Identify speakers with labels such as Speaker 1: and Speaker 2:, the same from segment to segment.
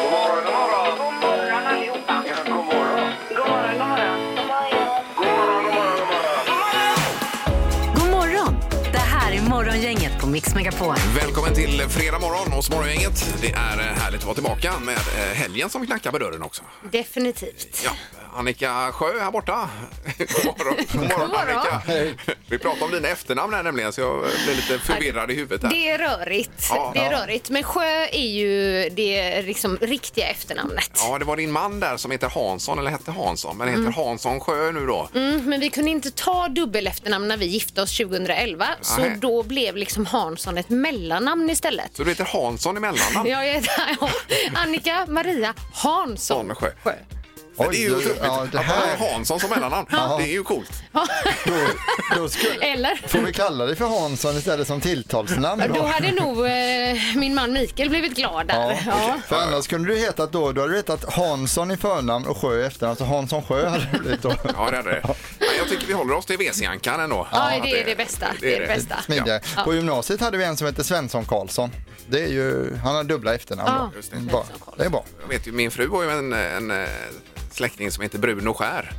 Speaker 1: God morgon, god morgon. God morgon allihopa. Ja, god morgon. God morgon, god morgon. God morgon, god morgon, god morgon.
Speaker 2: God morgon! Det här är Morgongänget på Mix Megapol.
Speaker 3: Välkommen till fredag morgon hos Morgongänget. Det är eh, härligt att vara tillbaka med eh, helgen som knackar på dörren också.
Speaker 2: Definitivt.
Speaker 3: Ja, Annika Sjö här borta. God morgon, God morgon Annika. Vi pratade om dina efternamn här nämligen så jag blev lite förvirrad i huvudet. Här.
Speaker 4: Det är rörigt.
Speaker 3: Ja.
Speaker 4: det är
Speaker 3: Ja.
Speaker 4: rörigt. Men Sjö är ju det liksom riktiga efternamnet.
Speaker 3: Ja, det var din man där som heter Hansson, eller hette Hansson, men heter Hansson Sjö nu då.
Speaker 4: Mm, men vi kunde inte ta dubbel efternamn när vi gifte oss 2011 så
Speaker 3: Nej.
Speaker 4: då blev liksom Hansson ett mellannamn istället.
Speaker 3: Så du heter Hansson i mellannamn?
Speaker 4: Jag heter ja, Annika Maria Hansson.
Speaker 3: Hansson Sjö.
Speaker 4: Sjö.
Speaker 3: Men det är ju
Speaker 5: Oj,
Speaker 3: otroligt
Speaker 5: ja, det
Speaker 3: att man
Speaker 5: här-
Speaker 3: har Hansson som mellannamn. Det är ju coolt.
Speaker 5: Då, då skulle,
Speaker 4: Eller?
Speaker 5: får vi kalla dig för Hansson istället som tilltalsnamn
Speaker 4: Då
Speaker 5: då?
Speaker 4: hade nog eh, min man Mikael blivit glad
Speaker 5: Ja,
Speaker 4: där. Ja.
Speaker 5: För annars kunde du heta då, då hade du hetat Hansson i förnamn och Sjö i efternamn, så Hansson Sjö hade det blivit då.
Speaker 3: Ja, det är det. Ja, jag tycker vi håller oss till WC-ankan ändå.
Speaker 4: Ja, det är det bästa. Det är det bästa.
Speaker 5: Smidigare. På gymnasiet hade vi en som hette Svensson Karlsson. Det är ju, han har dubbla efternamn
Speaker 4: Ja,
Speaker 5: då.
Speaker 4: just
Speaker 3: det.
Speaker 5: Mm, bra.
Speaker 4: Svensson Karlsson.
Speaker 5: Det är bra.
Speaker 3: Jag vet ju, min fru har ju en, en eh, släkting som heter Bruno Skär.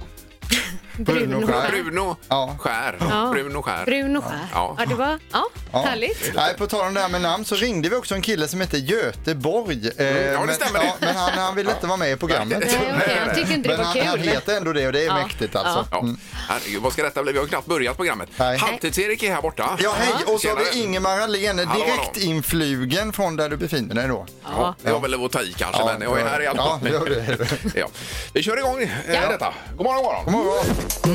Speaker 5: Bruno Skär.
Speaker 3: Bruno
Speaker 5: Ja.
Speaker 3: Skär.
Speaker 4: Ja.
Speaker 3: Bruno Skär.
Speaker 4: Brun och skär.
Speaker 3: Ja.
Speaker 4: Ja. det var ja, härligt.
Speaker 5: Nej, på tal om det här med namn så ringde vi också en kille som hette Göteborg. Eh,
Speaker 3: Mm, ja, det
Speaker 5: men,
Speaker 3: stämmer det.
Speaker 5: men han, han ville inte vara med i programmet.
Speaker 4: Nej, okej, han tyckte inte det
Speaker 5: Men
Speaker 4: var
Speaker 5: han, han
Speaker 4: kul.
Speaker 5: heter ändå det och det är mäktigt alltså.
Speaker 3: Ja. Herregud, vad ska detta bli? Vi har knappt börjat programmet.
Speaker 5: Nej.
Speaker 3: Halvtids-Erik är här borta.
Speaker 5: Ja, hej! Och så har vi
Speaker 3: Tjenare.
Speaker 5: Ingemar Ahlén,
Speaker 3: Hallå, hallå.
Speaker 5: direkt influgen från där du befinner dig då.
Speaker 3: Ja, det var väl att ta i kanske, men jag är här i alla
Speaker 5: Ja,
Speaker 3: fall.
Speaker 5: gör det.
Speaker 3: Ja. Vi kör igång eh, detta. God morgon, god morgon.
Speaker 5: God morgon.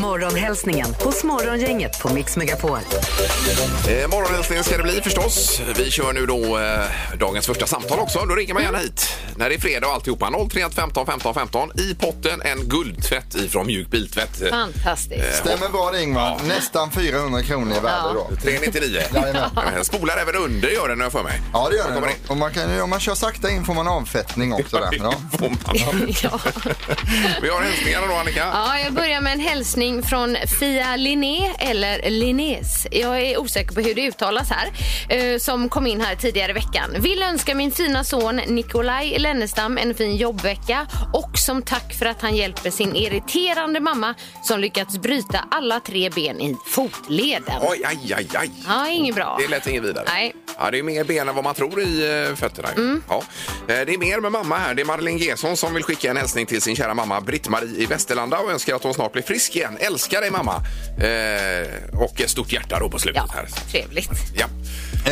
Speaker 2: Morgonhälsningen hos Morgongänget på Mix Megapol.
Speaker 3: Eh, morgonhälsningen ska det bli förstås. Vi kör nu då eh, dagens första samtal också. Då ringer man gärna hit när det är fredag och alltihopa. 031 15 15 15. I potten en guldtvätt ifrån Mjuk Biltvätt. Eh,
Speaker 4: Fantastiskt.
Speaker 5: Stämmer bra det Ingmar. Nästan 400 kronor i värde då.
Speaker 3: 399.
Speaker 5: Jajamän.
Speaker 3: Eh, Spolar även under gör den har jag för mig.
Speaker 5: Ja, det gör
Speaker 3: Då kommer
Speaker 5: det. Och man kan, ju- om man kör sakta in får man avfettning också där. Ja.
Speaker 3: Får man.
Speaker 4: Ja.
Speaker 3: Vi har hälsningarna då Annika.
Speaker 4: Ja, jag börjar med en hälsning från Fia Linné, eller Linnés. Jag är osäker på hur det uttalas här, eh, som kom in här tidigare i veckan. Vill önska min fina son Nikolaj Lennestam en fin jobbvecka och som tack för att han hjälper sin irriterande mamma som lyckats bryta alla tre ben i fotleden.
Speaker 3: Oj, aj, aj, aj.
Speaker 4: Ja, inget bra.
Speaker 3: Det lät inget vidare.
Speaker 4: Nej. Mm.
Speaker 3: Ja, det är mer ben än vad man tror i eh, fötterna. ju. Ja. Eh, Det är mer med mamma här. Det är Madeleine Gesson som vill skicka en hälsning till sin kära mamma Britt-Marie i Västerlanda och önskar att hon snart blir frisk igen. Älskar dig mamma! Eh, och ett stort hjärta då på slutet
Speaker 4: Ja,
Speaker 3: här.
Speaker 4: trevligt.
Speaker 3: Ja.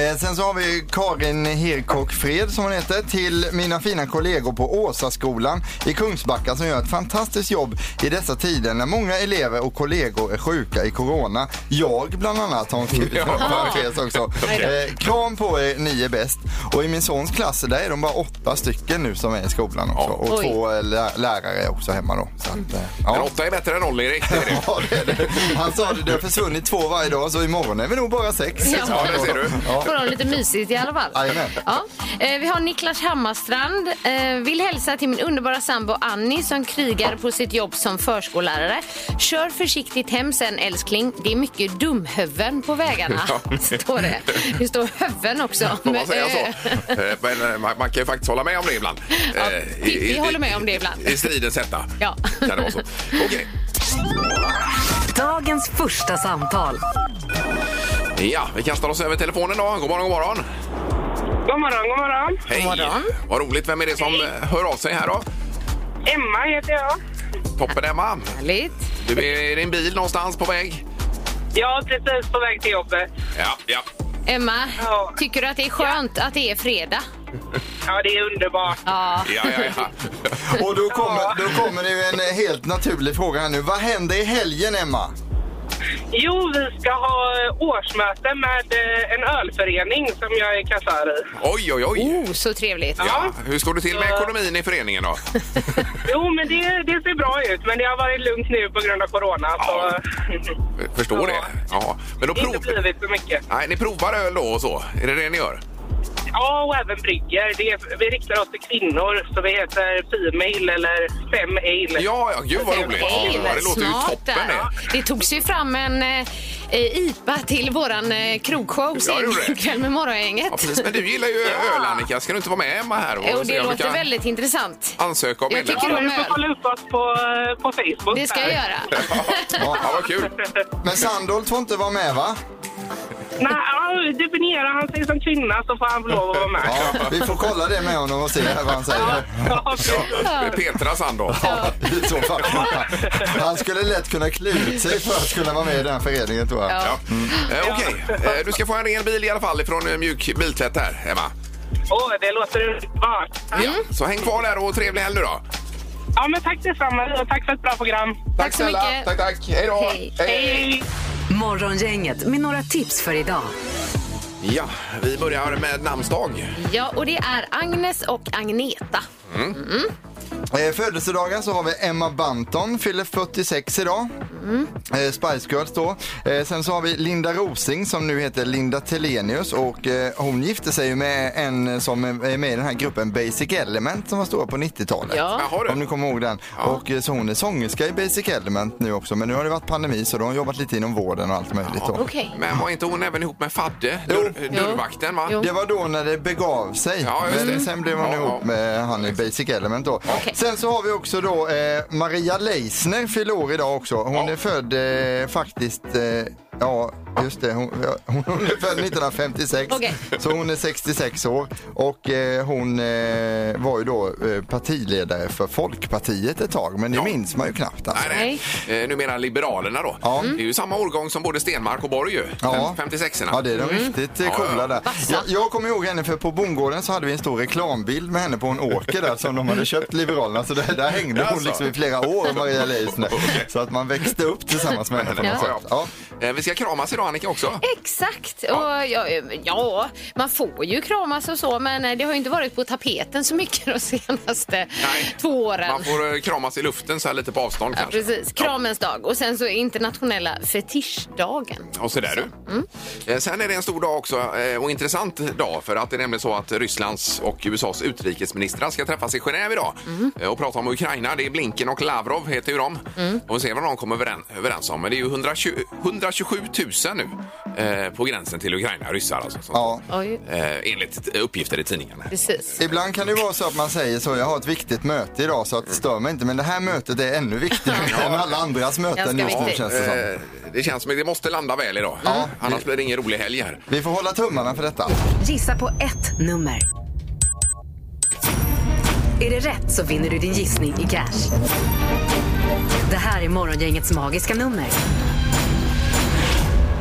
Speaker 5: Eh, sen så har vi Karin Herkock Fred som hon heter till mina fina kollegor på Åsaskolan i Kungsbacka som gör ett fantastiskt jobb i dessa tider när många elever och kollegor är sjuka i corona. Jag bland annat har hon skrivit en parentes också. Eh, kram på er, ni är bäst. Och i min sons klass där är de bara åtta stycken nu som är i skolan också. Och
Speaker 4: Oj.
Speaker 5: två eh, lä- lärare är också hemma då. Så att, eh,
Speaker 3: Men
Speaker 5: ja.
Speaker 3: åtta är bättre än noll, Erik. Det är det.
Speaker 5: Ja, det är det. Han sa det, det har försvunnit två varje dag så imorgon är vi nog bara sex.
Speaker 4: Ja.
Speaker 3: Ja, det ser du.
Speaker 5: Ja.
Speaker 4: Får de lite mysigt i alla fall.
Speaker 5: Jajamän.
Speaker 4: Ja. Eh, Vi har Niklas Hammarstrand. Eh, Vill hälsa till min underbara sambo Annie som krigar på sitt jobb som förskollärare. Kör försiktigt hem sen älskling. Det är mycket dumhöven på vägarna.
Speaker 3: Ja.
Speaker 4: Står det. det står höven också.
Speaker 3: Får man säga så?
Speaker 4: Eh,
Speaker 3: Eh, Men eh, man, man kan ju faktiskt hålla med om det ibland.
Speaker 4: Ja,
Speaker 3: Eh,
Speaker 4: vi- vi håller med om det ibland.
Speaker 3: I stridens hetta.
Speaker 4: Ja.
Speaker 3: Kan det vara så. Okej.
Speaker 2: Dagens första samtal.
Speaker 3: Ja, vi kastar oss över telefonen då. God morgon, god morgon.
Speaker 1: God morgon, god morgon.
Speaker 3: Hej! Vad roligt. Vem är det som eh, hör av sig här då?
Speaker 1: Emma heter jag.
Speaker 3: Toppen Emma.
Speaker 4: Härligt.
Speaker 3: Du är i din bil någonstans på väg?
Speaker 1: Jag är precis på väg till jobbet.
Speaker 3: Ja, ja.
Speaker 4: Emma,
Speaker 1: Ja.
Speaker 4: tycker du att det är skönt att det är fredag?
Speaker 1: Ja, det är underbart.
Speaker 4: Ja.
Speaker 3: ja, ja, ja.
Speaker 5: Och då kommer, då kommer det ju en helt naturlig fråga här nu. Vad hände i helgen, Emma?
Speaker 6: Jo, vi ska ha eh, årsmöte med eh, en ölförening som jag är kassör i.
Speaker 3: Oj, oj, oj!
Speaker 4: Oh, så trevligt.
Speaker 3: Ja, hur står det till med ekonomin i föreningen då?
Speaker 6: Jo, men det, det ser bra ut, men det har varit lugnt nu på grund av corona.
Speaker 3: Ja.
Speaker 6: Så
Speaker 3: Jag Förstår det. Ja. Men då
Speaker 6: inte
Speaker 3: prov...
Speaker 6: blivit så mycket.
Speaker 3: Nej, ni provar öl då och så? Är det det ni gör?
Speaker 6: Ja, och även brygger. Det är, vi riktar oss till kvinnor, så vi heter Female eller Fem Ale.
Speaker 3: Ja, ja, gud vad roligt! Ja, det låter ju
Speaker 4: Smart
Speaker 3: toppen
Speaker 4: där.
Speaker 3: det!
Speaker 4: Det togs ju fram en eh, IPA till våran eh, krogshow
Speaker 3: Ja, det gjorde det.
Speaker 4: sen kväll med Morgongänget.
Speaker 3: Ja, precis. Men du gillar ju öl Annika, ska du inte vara med Emma här?
Speaker 4: Jo,
Speaker 3: se
Speaker 4: det
Speaker 3: om vi
Speaker 4: låter
Speaker 3: kan
Speaker 4: väldigt intressant.
Speaker 3: Ansöka om
Speaker 4: Jag
Speaker 3: medlemskap?
Speaker 4: tycker
Speaker 6: Ja, du får kolla upp oss på, eh, på Facebook.
Speaker 4: Det ska jag
Speaker 6: där.
Speaker 4: göra.
Speaker 3: Ja, vad kul!
Speaker 5: Men Sandholt får inte vara med va?
Speaker 6: Nej, ja, definiera han sig som kvinna så får han väl lov att vara med.
Speaker 5: Ja, vi får kolla det med honom och se vad han säger.
Speaker 6: Ja,
Speaker 3: Ja, Petra Sandholt.
Speaker 5: I så fall. Han skulle lätt kunna klä ut sig för att kunna vara med i den här föreningen tror jag.
Speaker 3: Ja.
Speaker 4: Mm.
Speaker 3: Eh, Okej, Eh, du ska få en ren bil i alla fall ifrån eh, mjuk biltvätt här, Emma.
Speaker 6: Åh, det låter underbart.
Speaker 4: Mm.
Speaker 3: Ja. Så häng kvar där och trevlig helg nu då.
Speaker 6: Ja, men tack detsamma och tack för ett bra program.
Speaker 4: Tack så
Speaker 3: snälla.
Speaker 4: mycket.
Speaker 3: Tack, tack. Hej då.
Speaker 4: Hej.
Speaker 6: Hej!
Speaker 2: Morgongänget med några tips för idag.
Speaker 3: Ja, vi börjar med namnsdag.
Speaker 4: Ja, och det är Agnes och Agneta.
Speaker 5: Eh, födelsedagar så har vi Emma Banton, fyller 46 idag.
Speaker 4: Mm.
Speaker 5: Eh, Spice Girls då. Eh, sen så har vi Linda Rosing som nu heter Linda Telenius och eh, hon gifte sig ju med en som är med i den här gruppen Basic Element som var stora på 90-talet.
Speaker 4: Ja.
Speaker 3: Jaha, du.
Speaker 5: Om ni kommer ihåg den. Och eh, så hon är sångerska i Basic Element nu också men nu har det varit pandemi så då har hon jobbat lite inom vården och allt möjligt då.
Speaker 4: Okej.
Speaker 3: Men var inte hon även ihop med Fadde, dörr, dörrvakten? Va?
Speaker 4: Jo.
Speaker 5: Det var då när det begav sig.
Speaker 3: Ja, just
Speaker 5: men
Speaker 3: det.
Speaker 5: sen blev hon
Speaker 3: Ja,
Speaker 5: ihop
Speaker 3: ja.
Speaker 5: med han i Basic Element då. Sen så har vi också då eh, Maria Leisner fyller år idag också. Hon
Speaker 3: Ja.
Speaker 5: är född eh, faktiskt, eh, ja just det, hon, ja, hon är född 1956.
Speaker 4: Okej.
Speaker 5: Så hon är 66 år och eh, hon eh, var ju då eh, partiledare för Folkpartiet ett tag men det
Speaker 3: Ja.
Speaker 5: minns man ju knappt alltså.
Speaker 3: Nej, nej. Eh, numera Liberalerna då.
Speaker 5: Ja.
Speaker 3: Det är ju samma årgång som både Stenmark och Borg ju.
Speaker 5: Ja.
Speaker 3: 56 erna
Speaker 5: Ja, det är de riktigt eh,
Speaker 3: Mm. Ja, ja.
Speaker 5: coola där. Jag, jag kommer ihåg henne för på bondgården så hade vi en stor reklambild med henne på en åker där som de hade köpt Liberalerna. Så där, där hängde hon
Speaker 3: Alltså.
Speaker 5: liksom i flera år, Maria Leisner. Så att man växte upp tillsammans med henne på något
Speaker 3: Ja.
Speaker 5: sätt. Ja.
Speaker 3: Eh, Vi ska kramas idag Annika också.
Speaker 4: Exakt. Och ja, eh, ja, man får ju kramas och så, men eh, det har ju inte varit på tapeten så mycket de senaste
Speaker 3: Nej.
Speaker 4: två åren.
Speaker 3: Man får eh, kramas i luften så här lite på avstånd
Speaker 4: Ja,
Speaker 3: kanske.
Speaker 4: precis. Kramens dag och sen så internationella fetischdagen.
Speaker 3: Och så där du. Eh, Sen är det en stor dag också eh, och intressant dag för att det är nämligen så att Rysslands och USAs utrikesministrar ska träffas i Genève idag eh, och prata om Ukraina. Det är Blinken och Lavrov heter ju de. Och vi ser vad de kommer överens, överens om. Men det är ju 120, 127 000 nu eh, på gränsen till Ukraina, ryssar alltså. som-
Speaker 5: Ja.
Speaker 4: Oj,
Speaker 3: Eh, enligt uppgifter i tidningarna.
Speaker 4: precis.
Speaker 5: Ibland kan det vara så att man säger så, jag har ett viktigt möte idag så att stör mig inte. Men det här mötet är ännu viktigare än alla andras möten
Speaker 4: Ganska
Speaker 5: just nu
Speaker 4: viktigt.
Speaker 5: känns det som.
Speaker 3: Eh, det känns som att det måste landa väl idag. Annars blir det ingen rolig helg här.
Speaker 5: Vi får hålla tummarna för detta.
Speaker 2: Gissa på ett nummer. Är det rätt så vinner du din gissning i cash. Det här är Morgongängets magiska nummer.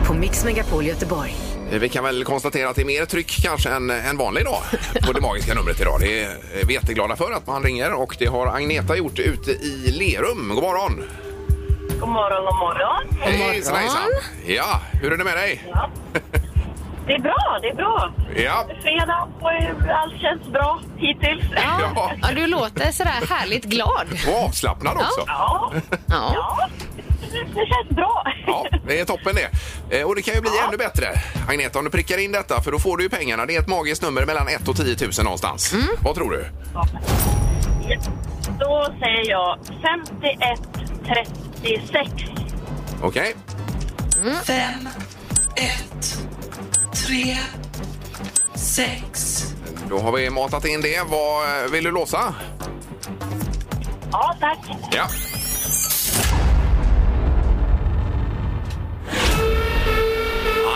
Speaker 2: På Mix Megapol Göteborg.
Speaker 3: Eh, Vi kan väl konstatera att det är mer tryck kanske än en vanlig dag på det magiska numret idag. Det är eh, vi är jätteglada för att man ringer och det har Agneta gjort ute i Lerum. God morgon!
Speaker 6: God morgon, god morgon.
Speaker 3: Hejsan, hejsan! Ja, hur är det med dig?
Speaker 6: Det är bra, det är bra.
Speaker 3: Ja,
Speaker 6: Fredag och eh, allt känns bra hittills.
Speaker 4: Ja,
Speaker 3: Ja.
Speaker 4: ja, du låter sådär härligt glad.
Speaker 3: och avslappnad också.
Speaker 6: Ja,
Speaker 4: Ja.
Speaker 6: ja. Det känns bra.
Speaker 3: Ja, det är toppen det. Eh, Och det kan ju bli ännu bättre, Agneta, om du prickar in detta för då får du ju pengarna. Det är ett magiskt nummer mellan 1 och 10 000 någonstans.
Speaker 6: Mm.
Speaker 3: Vad tror du?
Speaker 6: Då säger jag 51 36.
Speaker 3: Okej.
Speaker 7: Fem, ett, tre, sex.
Speaker 3: Då har vi matat in det. Vad eh, vill du låsa?
Speaker 6: Ja, tack.
Speaker 3: Ja.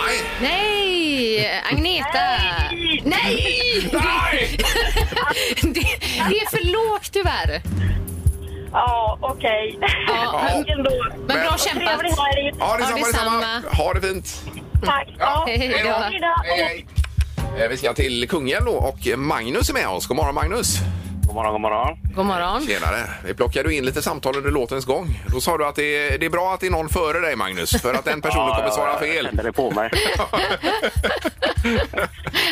Speaker 3: Nej!
Speaker 4: Nej, Agneta!
Speaker 6: Nej.
Speaker 4: Nej!
Speaker 3: Nej!
Speaker 4: Det, det är för lågt tyvärr.
Speaker 6: Ja, okej.
Speaker 4: Ja,
Speaker 6: Tack ändå.
Speaker 4: Men bra kämpat.
Speaker 6: Trevlig helg.
Speaker 3: Ja, detsamma,
Speaker 4: Ja,
Speaker 3: detsamma.
Speaker 4: detsamma.
Speaker 3: Ha det fint.
Speaker 6: Tack.
Speaker 3: Ja,
Speaker 4: Hej då.
Speaker 6: Hej då.
Speaker 3: Hej, hej. Eh, Vi ska till Kungälv då och Magnus är med oss. God morgon Magnus!
Speaker 6: God morgon, god morgon.
Speaker 4: God morgon.
Speaker 3: Tjenare. Vi plockade ju in lite samtal under låtens gång. Då sa du att det är, det är bra att det är någon före dig, Magnus, för att den personen kommer svara
Speaker 6: Jag
Speaker 3: fel.
Speaker 6: kände det på mig.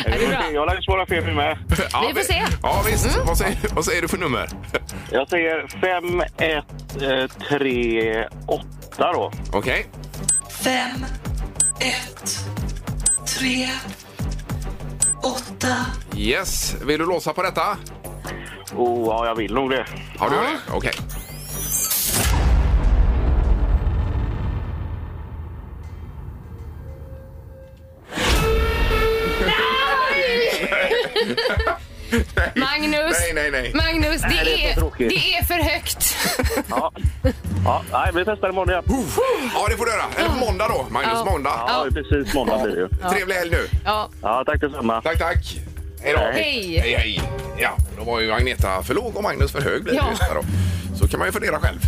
Speaker 4: Är det bra?
Speaker 6: Jag lär svara fel nu med.
Speaker 3: Ja,
Speaker 4: Vi får
Speaker 3: vi-
Speaker 4: se. Mm.
Speaker 3: Ja, visst. Vad, säger, vad säger du för nummer?
Speaker 6: Jag säger 5, 1, 3, 8 då.
Speaker 3: Okej.
Speaker 8: Fem, ett, tre, åtta.
Speaker 3: Yes. Vill du låsa på detta?
Speaker 6: Oh, ja, jag vill nog det.
Speaker 3: Har du det? Okej.
Speaker 4: Magnus.
Speaker 3: Nej, nej, nej.
Speaker 4: Magnus, det,
Speaker 6: det är
Speaker 4: är,
Speaker 6: så tråkigt.
Speaker 4: det är för högt.
Speaker 6: Ja, ja nej, vi testar imorgon igen.
Speaker 3: Ja, det får du göra. Eller på måndag då, Magnus.
Speaker 4: Ja.
Speaker 3: Måndag.
Speaker 6: Ja, det är precis måndag blir det ju.
Speaker 3: Trevlig helg nu.
Speaker 4: Ja.
Speaker 6: Ja, tack detsamma.
Speaker 3: Tack, tack. Hej då.
Speaker 4: Hej.
Speaker 3: Hej, hej. Ja, då var ju Agneta för låg och Magnus för hög. Blir det
Speaker 4: Ja.
Speaker 3: ju så här då. Så kan man ju fundera själv.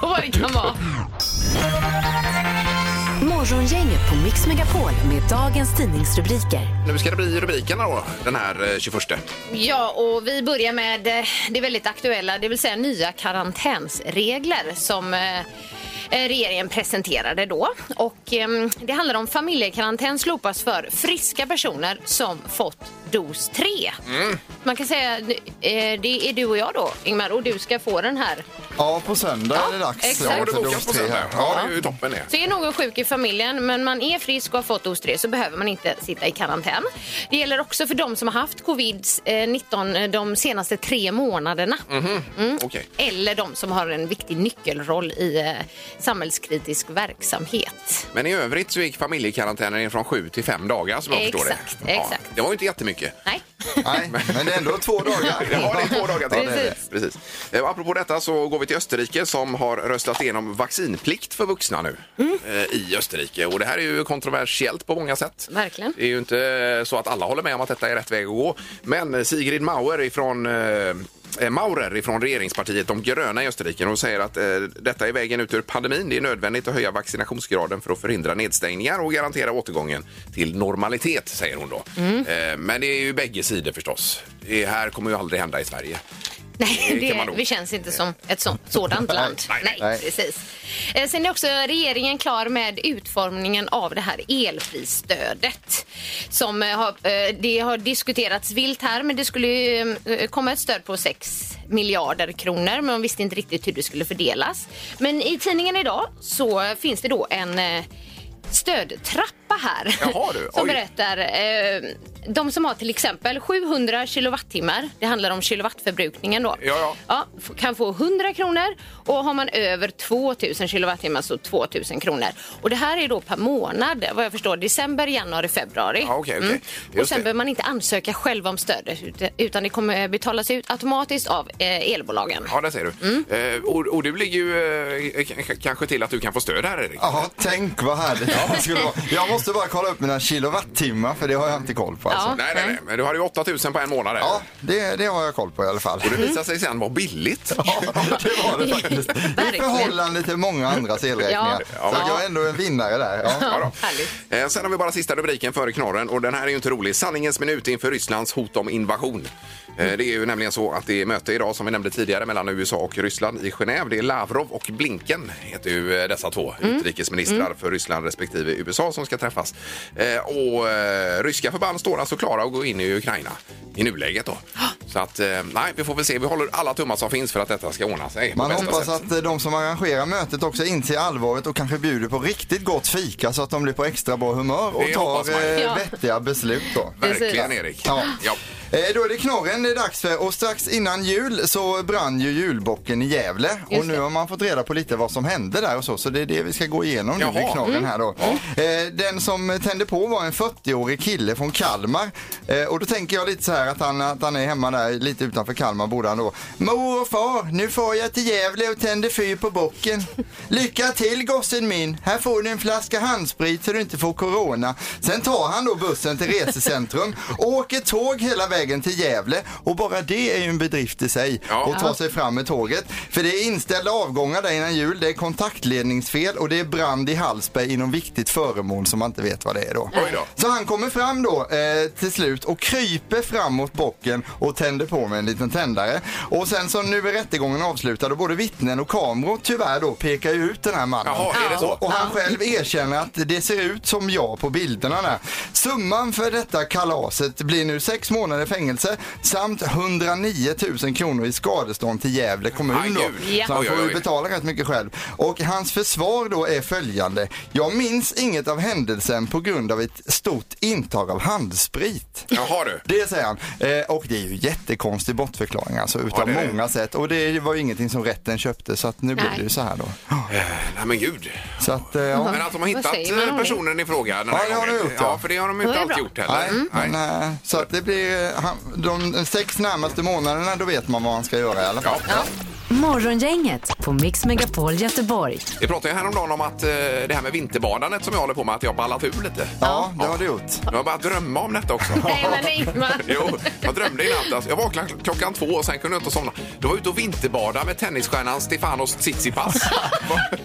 Speaker 4: På vad det kan vara.
Speaker 2: Morgongänget på Mix Megapol med dagens tidningsrubriker.
Speaker 3: Nu ska det bli rubrikerna då, den här eh, 21.
Speaker 4: Ja, och vi börjar med eh, det väldigt aktuella, det vill säga nya karantänsregler som eh, eh, regeringen presenterade då. Och ehm, det handlar om familjekarantän slopas för friska personer som fått dos 3. Man kan säga eh, det är du och jag då, Ingmar, och du ska få den här.
Speaker 5: Ja, på söndag
Speaker 4: Ja,
Speaker 5: är det dags.
Speaker 4: exakt.
Speaker 3: Ja,
Speaker 4: Ja,
Speaker 3: det
Speaker 5: för
Speaker 3: bokas
Speaker 5: dos
Speaker 3: på
Speaker 5: tre
Speaker 3: söndag.
Speaker 5: här.
Speaker 3: Ja, det är ju toppen det.
Speaker 4: Så är någon sjuk i familjen men man är frisk och har fått dos 3 så behöver man inte sitta i karantän. Det gäller också för de som har haft covid-19 eh, de senaste tre månaderna. Mm.
Speaker 3: Okej.
Speaker 4: Eller de som har en viktig nyckelroll i eh, samhällskritisk verksamhet.
Speaker 3: Men i övrigt så gick familjekarantänen in från sju till fem dagar som jag förstår det.
Speaker 4: Exakt, exakt.
Speaker 3: det var ju inte jättemycket.
Speaker 4: Nej.
Speaker 5: Nej, men det är ändå två dagar.
Speaker 3: Det var det två dagar till.
Speaker 4: Ja, det är det.
Speaker 3: Precis. Eh, Apropå detta så går vi till Österrike som har röstat igenom vaccinplikt för vuxna nu eh, i Österrike. Och det här är ju kontroversiellt på många sätt.
Speaker 4: Verkligen.
Speaker 3: Det är ju inte så att alla håller med om att detta är rätt väg att gå. Men eh, Sigrid Maurer ifrån eh, eh, Maurer ifrån regeringspartiet De gröna i Österrike. Hon säger att eh, detta är vägen ut ur pandemin. Det är nödvändigt att höja vaccinationsgraden för att förhindra nedstängningar och garantera återgången till normalitet, säger hon då. Eh, men det är ju bägge sidor förstås. Det här kommer ju aldrig hända i Sverige.
Speaker 4: Nej,
Speaker 3: Det kan man
Speaker 4: det,
Speaker 3: nog.
Speaker 4: vi känns inte som ett sånt, sådant land.
Speaker 3: Nej, nej,
Speaker 5: nej.
Speaker 4: precis. Eh, Sen är också regeringen klar med utformningen av det här elprisstödet. Som eh, har, eh, det har diskuterats vilt här, men det skulle ju eh, komma ett stöd på 6 miljarder kronor, men man visste inte riktigt hur det skulle fördelas. Men i tidningen idag så finns det då en eh, stödtrappa här.
Speaker 3: Jaha, du.
Speaker 4: Som
Speaker 3: Oj.
Speaker 4: berättar, eh, de som har till exempel 700 kilowattimmar, det handlar om kilowattförbrukningen då,
Speaker 3: Ja, ja.
Speaker 4: f- kan få 100 kronor och har man över 2000 kilowattimmar så 2000 kronor. Och det här är då per månad, vad jag förstår, december, januari, februari. Mm.
Speaker 3: Ja, Ah, okej, okej.
Speaker 4: Och
Speaker 3: Just det.
Speaker 4: sen behöver man inte ansöka själv om stödet ut- utan det kommer betalas ut automatiskt av eh, elbolagen.
Speaker 3: Ja, där ser du.
Speaker 5: Mm.
Speaker 3: Eh, och, och du ligger ju eh, k- k- kanske till att du kan få stöd här, Erik.
Speaker 5: Ja, tänk vad härligt det skulle vara. Jag måste bara kolla upp mina kilowattimmar för det har jag inte koll på. Alltså.
Speaker 4: Ja.
Speaker 3: Nej, nej, nej. Men du hade ju 8000 på en månad. där.
Speaker 5: Ja, det, det har jag koll på i alla fall.
Speaker 3: Och det visade sig sen vara billigt.
Speaker 5: Ja, det var det faktiskt. I
Speaker 4: Verkligen.
Speaker 5: förhållande till många andras elräkningar.
Speaker 4: Ja.
Speaker 5: Så att jag är ändå en vinnare där. Ja.
Speaker 3: Ja, då.
Speaker 4: Härligt.
Speaker 3: Eh, Sen har vi bara sista rubriken före knorren och den här är ju inte rolig. Sanningens minut inför Rysslands hot om invasion. Eh, Det är ju nämligen så att det är möte idag som vi nämnde tidigare mellan USA och Ryssland i Genève. Det är Lavrov och Blinken heter ju eh, dessa två utrikesministrar för Ryssland respektive USA som ska träffas. Eh, Och eh, ryska förband står alltså klara att gå in i Ukraina i nuläget då. Så att eh, nej, vi får väl se. Vi håller alla tummar som finns för att detta ska ordna sig. på
Speaker 5: Man
Speaker 3: bästa
Speaker 5: hoppas
Speaker 3: sätt.
Speaker 5: att eh, de som arrangerar mötet också inser allvaret och kanske bjuder på riktigt gott fika så att de blir på extra bra humör och
Speaker 3: Det hoppas
Speaker 5: tar
Speaker 3: man.
Speaker 5: eh,
Speaker 4: Ja.
Speaker 5: vettiga beslut då.
Speaker 4: Precis.
Speaker 3: Verkligen Erik.
Speaker 5: Ja.
Speaker 3: Ja.
Speaker 5: Eh, Då är det knorren det är dags för och strax innan jul så brann ju julbocken i Gävle och nu
Speaker 4: det.
Speaker 5: har man fått reda på lite vad som hände där och så så det är det vi ska gå igenom nu
Speaker 3: Jaha.
Speaker 5: vid knorren här då. Eh, Den som tände på var en 40-årig kille från Kalmar Eh, och då tänker jag lite så här att han, att han är hemma där lite utanför Kalmar borde han då. Mor och far, nu får jag till Gävle och tänder fyr på bocken. Lycka till gossen min, här får du en flaska handsprit så du inte får corona. Sen tar han då bussen till resecentrum och åker tåg hela vägen vägen till Gävle och bara det är ju en bedrift i sig
Speaker 3: Ja.
Speaker 5: att ta sig fram med tåget. För det är inställda avgångar där innan jul, det är kontaktledningsfel och det är brand i Hallsberg i något viktigt föremål som man inte vet vad det är då.
Speaker 3: Oj då.
Speaker 5: Så han kommer fram då eh, till slut och kryper fram mot bocken och tänder på med en liten tändare. Och sen så nu är rättegången avslutad och både vittnen och kameror tyvärr då pekar ju ut den här mannen.
Speaker 3: Jaha, är det så?
Speaker 5: Och, och han själv erkänner att det ser ut som jag på bilderna där. Summan för detta kalaset blir nu sex månader fängelse samt 109 000 kronor i skadestånd till Gävle
Speaker 3: Aj,
Speaker 5: kommun då.
Speaker 3: gud.
Speaker 4: Ja.
Speaker 5: Så han
Speaker 3: Oj,
Speaker 5: får
Speaker 3: oj,
Speaker 5: ju
Speaker 3: oj.
Speaker 5: betalar rätt mycket själv. Och hans försvar då är följande. Jag minns inget av händelsen på grund av ett stort intag av handsprit.
Speaker 3: Jaha du.
Speaker 5: Det säger han. Eh, och det är ju jättekonstig bortförklaring alltså
Speaker 3: Ja,
Speaker 5: utav
Speaker 3: det är det.
Speaker 5: många sätt. Och det var ju ingenting som rätten köpte så att nu blir
Speaker 4: Nej.
Speaker 5: det ju så här då.
Speaker 3: Eh, Nej men gud.
Speaker 5: Så att, eh, ja.
Speaker 3: Men att de har
Speaker 4: Vad
Speaker 3: hittat eh,
Speaker 4: säger man om det?
Speaker 3: personen i fråga den
Speaker 5: Ja,
Speaker 3: här
Speaker 5: det har
Speaker 3: gången.
Speaker 5: de gjort, ja.
Speaker 3: ja, för det har de
Speaker 4: Det
Speaker 3: inte
Speaker 4: är
Speaker 3: alltid
Speaker 4: bra.
Speaker 3: gjort heller.
Speaker 5: Nej, men, eh, så att det blir, eh, han, de sex närmaste månaderna då vet man vad han ska göra i alla fall.
Speaker 3: Ja. Ja.
Speaker 2: Morgongänget på Mix Megapol Göteborg.
Speaker 3: Vi pratade ju häromdagen om att eh, det här med vinterbadandet som jag håller på med, att jag har ballat ur lite.
Speaker 5: Ja, det har du gjort.
Speaker 3: Jag har bara drömma om detta också.
Speaker 4: Nej, men Ingmar.
Speaker 3: Jo, jag drömde i natt. Alltså, jag vaknade klockan två och sen kunde jag inte somna. Då var jag ute och vinterbada med tennisstjärnan Stefanos Tsitsipas.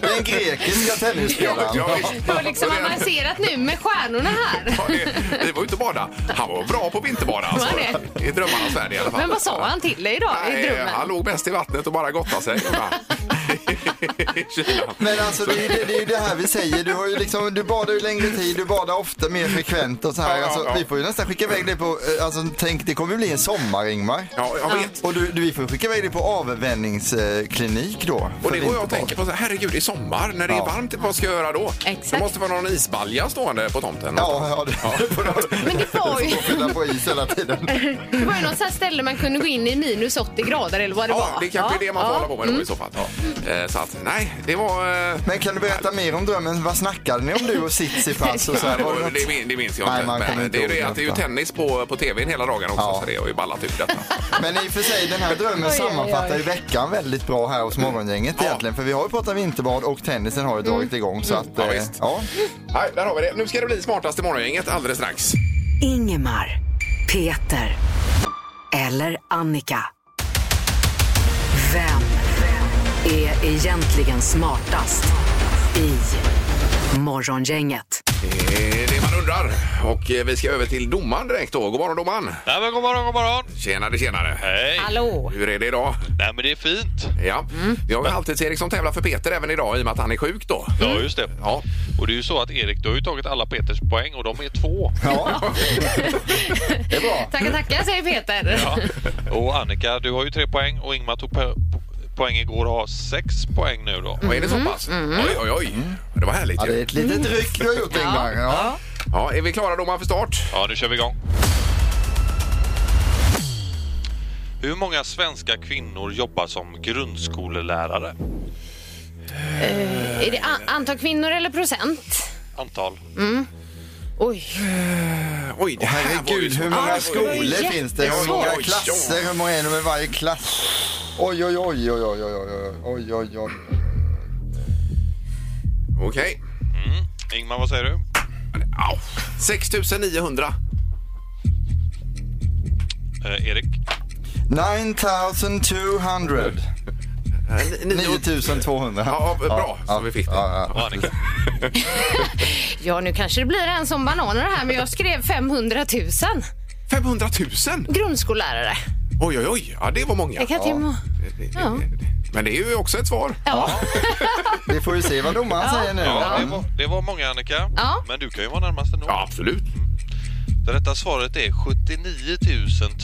Speaker 5: Den grekiska tennisspelaren.
Speaker 3: Ja, visst.
Speaker 4: Du har liksom
Speaker 3: Och det-
Speaker 4: avancerat nu med stjärnorna här.
Speaker 3: Ja, det- Vi var ute och bada. Han var bra på vinterbada alltså.
Speaker 4: Var han
Speaker 3: I drömmarnas värld i alla fall.
Speaker 4: Men vad sa han till dig då i
Speaker 3: Nej,
Speaker 4: drömmen?
Speaker 3: han låg bäst i vattnet och bara gottade sig. gjorde han. I kylan.
Speaker 5: Men alltså det är, ju det, det är ju det här vi säger. Du, har ju liksom, du badar ju längre tid, du badar ofta mer frekvent och så
Speaker 3: Ja,
Speaker 5: här.
Speaker 3: ja,
Speaker 5: Alltså,
Speaker 3: ja.
Speaker 5: vi får ju nästan skicka iväg dig på, eh, alltså, tänk det kommer ju bli en sommar Ingmar. Mm.
Speaker 3: Ja, jag vet.
Speaker 5: Och du, du, vi får skicka iväg dig på avvänjningsklinik då.
Speaker 3: Och
Speaker 5: för
Speaker 3: det går jag och
Speaker 5: vinterbad.
Speaker 3: tänker på, så här, herregud, i sommar när det är
Speaker 5: Ja.
Speaker 3: varmt, vad ska jag göra då?
Speaker 4: Exakt.
Speaker 3: Det måste vara någon isbalja stående på tomten.
Speaker 5: Ja, ja, det, på något-
Speaker 4: Men det var ju-
Speaker 5: Du får fylla på is hela tiden.
Speaker 4: Det var ju något sånt här ställe man kunde gå in i minus 80 grader eller vad det
Speaker 3: Ja,
Speaker 4: var.
Speaker 3: det kanske är det man får
Speaker 4: ja. Mm.
Speaker 3: hålla på med då i så fall. Eh, Så att, nej, det var... eh,
Speaker 5: Men kan du berätta mer om drömmen? Vad snackade ni om du och Tsitsipas och så
Speaker 3: Nej,
Speaker 5: här?
Speaker 3: det,
Speaker 5: Var
Speaker 3: var,
Speaker 5: det
Speaker 3: det,
Speaker 5: något-
Speaker 3: min- det minns jag
Speaker 5: Nej,
Speaker 3: inte.
Speaker 5: man kommer
Speaker 3: men
Speaker 5: inte
Speaker 3: det är ju
Speaker 5: ihåg
Speaker 3: det att det är ju
Speaker 5: detta.
Speaker 3: tennis på, på tvn hela dagen också,
Speaker 5: Ja.
Speaker 3: så det har ju ballat ut detta.
Speaker 5: Men i och för sig den här drömmen sammanfattar ju veckan väldigt bra här hos morgongänget
Speaker 3: Ja.
Speaker 5: egentligen. För vi har ju pratat vinterbad och tennisen har ju dragit igång. Så att,
Speaker 3: Mm. Ja,
Speaker 5: eh,
Speaker 3: visst.
Speaker 5: ja.
Speaker 3: nej, där har vi det. Nu ska det bli smartaste morgongänget alldeles strax.
Speaker 2: Ingemar, Peter eller Annika. Vem är egentligen smartast i Morgongänget?
Speaker 3: Det är det man undrar. Och eh, vi ska över till domaren direkt då. God morgon domaren!
Speaker 9: Nej men god morgon, god morgon.
Speaker 3: Tjenare, tjenare!
Speaker 9: Hej.
Speaker 4: Hallå!
Speaker 3: Hur är det idag?
Speaker 9: Nej men det är fint.
Speaker 3: Ja,
Speaker 4: Mm.
Speaker 3: vi har ju alltid Erik som tävlar för Peter även idag i och med att han är sjuk då.
Speaker 9: Mm. Ja just det.
Speaker 3: Ja.
Speaker 9: Och det är ju så att Erik, du har ju tagit alla Peters poäng och de är två.
Speaker 5: ja. Det är bra.
Speaker 4: Tackar, tackar säger Peter.
Speaker 9: Ja. Och Annika, du har ju tre poäng och Ingmar tog po- poäng igår och har sex poäng nu då.
Speaker 3: Och är det
Speaker 4: Mm.
Speaker 3: så pass? Oj, oj, oj. Det var härligt
Speaker 5: Ja, det är
Speaker 3: ju.
Speaker 5: ett litet ryck du har gjort Ingvar. Ja.
Speaker 3: Mm. Ja, är vi klara domaren för start?
Speaker 9: Ja, nu kör vi igång. Hur många svenska kvinnor jobbar som grundskolelärare?
Speaker 4: Eh, Är det an- antal kvinnor eller procent?
Speaker 9: Antal.
Speaker 4: Oj.
Speaker 3: Oj, det här var ju
Speaker 5: Herregud, hur
Speaker 3: svårt.
Speaker 5: många
Speaker 3: Ja, det var ju-
Speaker 5: skolor finns det? Hur
Speaker 3: jättesvårt.
Speaker 5: många
Speaker 3: Oj,
Speaker 5: klasser? Hur många är det med varje klass? Oj, oj, oj, oj, oj, oj, oj, oj, oj, oj.
Speaker 3: Okej.
Speaker 9: Ingmar, vad säger du?
Speaker 3: Au. 6900.
Speaker 9: Eh, Erik?
Speaker 5: 9200.
Speaker 3: Eh, ni- nio-
Speaker 5: 9200.
Speaker 3: Ja, ja, bra, så vi fick det.
Speaker 5: Ja, ja.
Speaker 9: Och Annika?
Speaker 4: Ja, nu kanske det blir en som bananer här, men jag skrev 500 000
Speaker 3: 500 000?
Speaker 4: grundskollärare.
Speaker 3: Oj, oj, oj. Ja, det var många.
Speaker 4: Det kan till och med- Ja.
Speaker 3: Men det är ju också ett svar.
Speaker 4: Ja.
Speaker 5: Vi får ju se vad domaren säger nu.
Speaker 9: Ja, det var, det var många Annika.
Speaker 4: Ja.
Speaker 9: Men du kan ju vara närmast ändå.
Speaker 3: absolut.
Speaker 9: Det rätta svaret är 79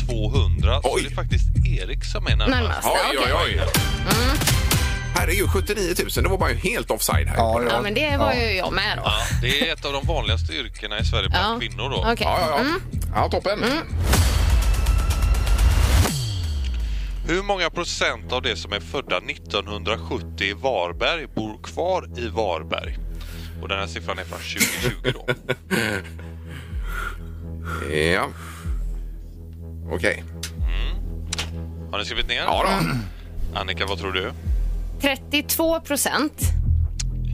Speaker 9: 200. Så
Speaker 3: Oj.
Speaker 9: det är faktiskt Erik som är närmast.
Speaker 4: Närmast.
Speaker 3: Oj,
Speaker 4: Ja,
Speaker 3: oj,
Speaker 4: okej. Mm.
Speaker 3: oj. Herregud, 79 000. Det var bara ju helt offside här.
Speaker 5: Ja,
Speaker 4: ja, men det var ju jag med då.
Speaker 9: Ja, det är ett av de vanligaste yrkena i Sverige bland
Speaker 4: Ja.
Speaker 9: kvinnor. Då.
Speaker 4: Okej.
Speaker 3: ja, ja.
Speaker 4: Mm.
Speaker 3: ja. ja toppen.
Speaker 9: Hur många procent av de som är födda 1970 i Varberg bor kvar i Varberg? Och den här siffran är från 2020 då.
Speaker 3: Ja. Okej.
Speaker 9: Har ni skrivit ner?
Speaker 3: Ja, då.
Speaker 9: Annika, vad tror du?
Speaker 4: 32 procent.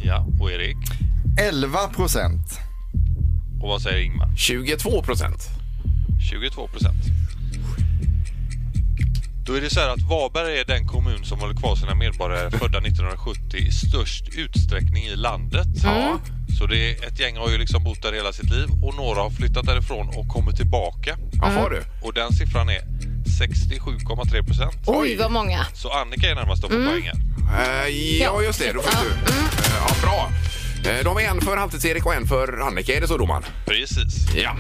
Speaker 9: Ja, och Erik?
Speaker 5: 11 procent.
Speaker 9: Och vad säger Ingmar?
Speaker 3: 22 procent.
Speaker 9: 22 procent. Då är det så här att Varberg är den kommun som håller kvar sina medborgare födda 1970 i störst utsträckning i landet.
Speaker 4: Ja.
Speaker 9: Så det är, ett gäng har ju liksom bott där hela sitt liv och några har flyttat därifrån och kommit tillbaka.
Speaker 3: Jaha, du.
Speaker 9: Och den siffran är 67,3 procent.
Speaker 4: Oj, vad många.
Speaker 9: Så Annika är närmast att få
Speaker 4: Mm.
Speaker 9: poäng här.
Speaker 3: Eh, ja, just det. Då fick du. Eh, ja, bra. Eh, de är en för Halvtids-Erik och en för Annika. Är det så, domaren?
Speaker 9: Precis.
Speaker 3: Ja.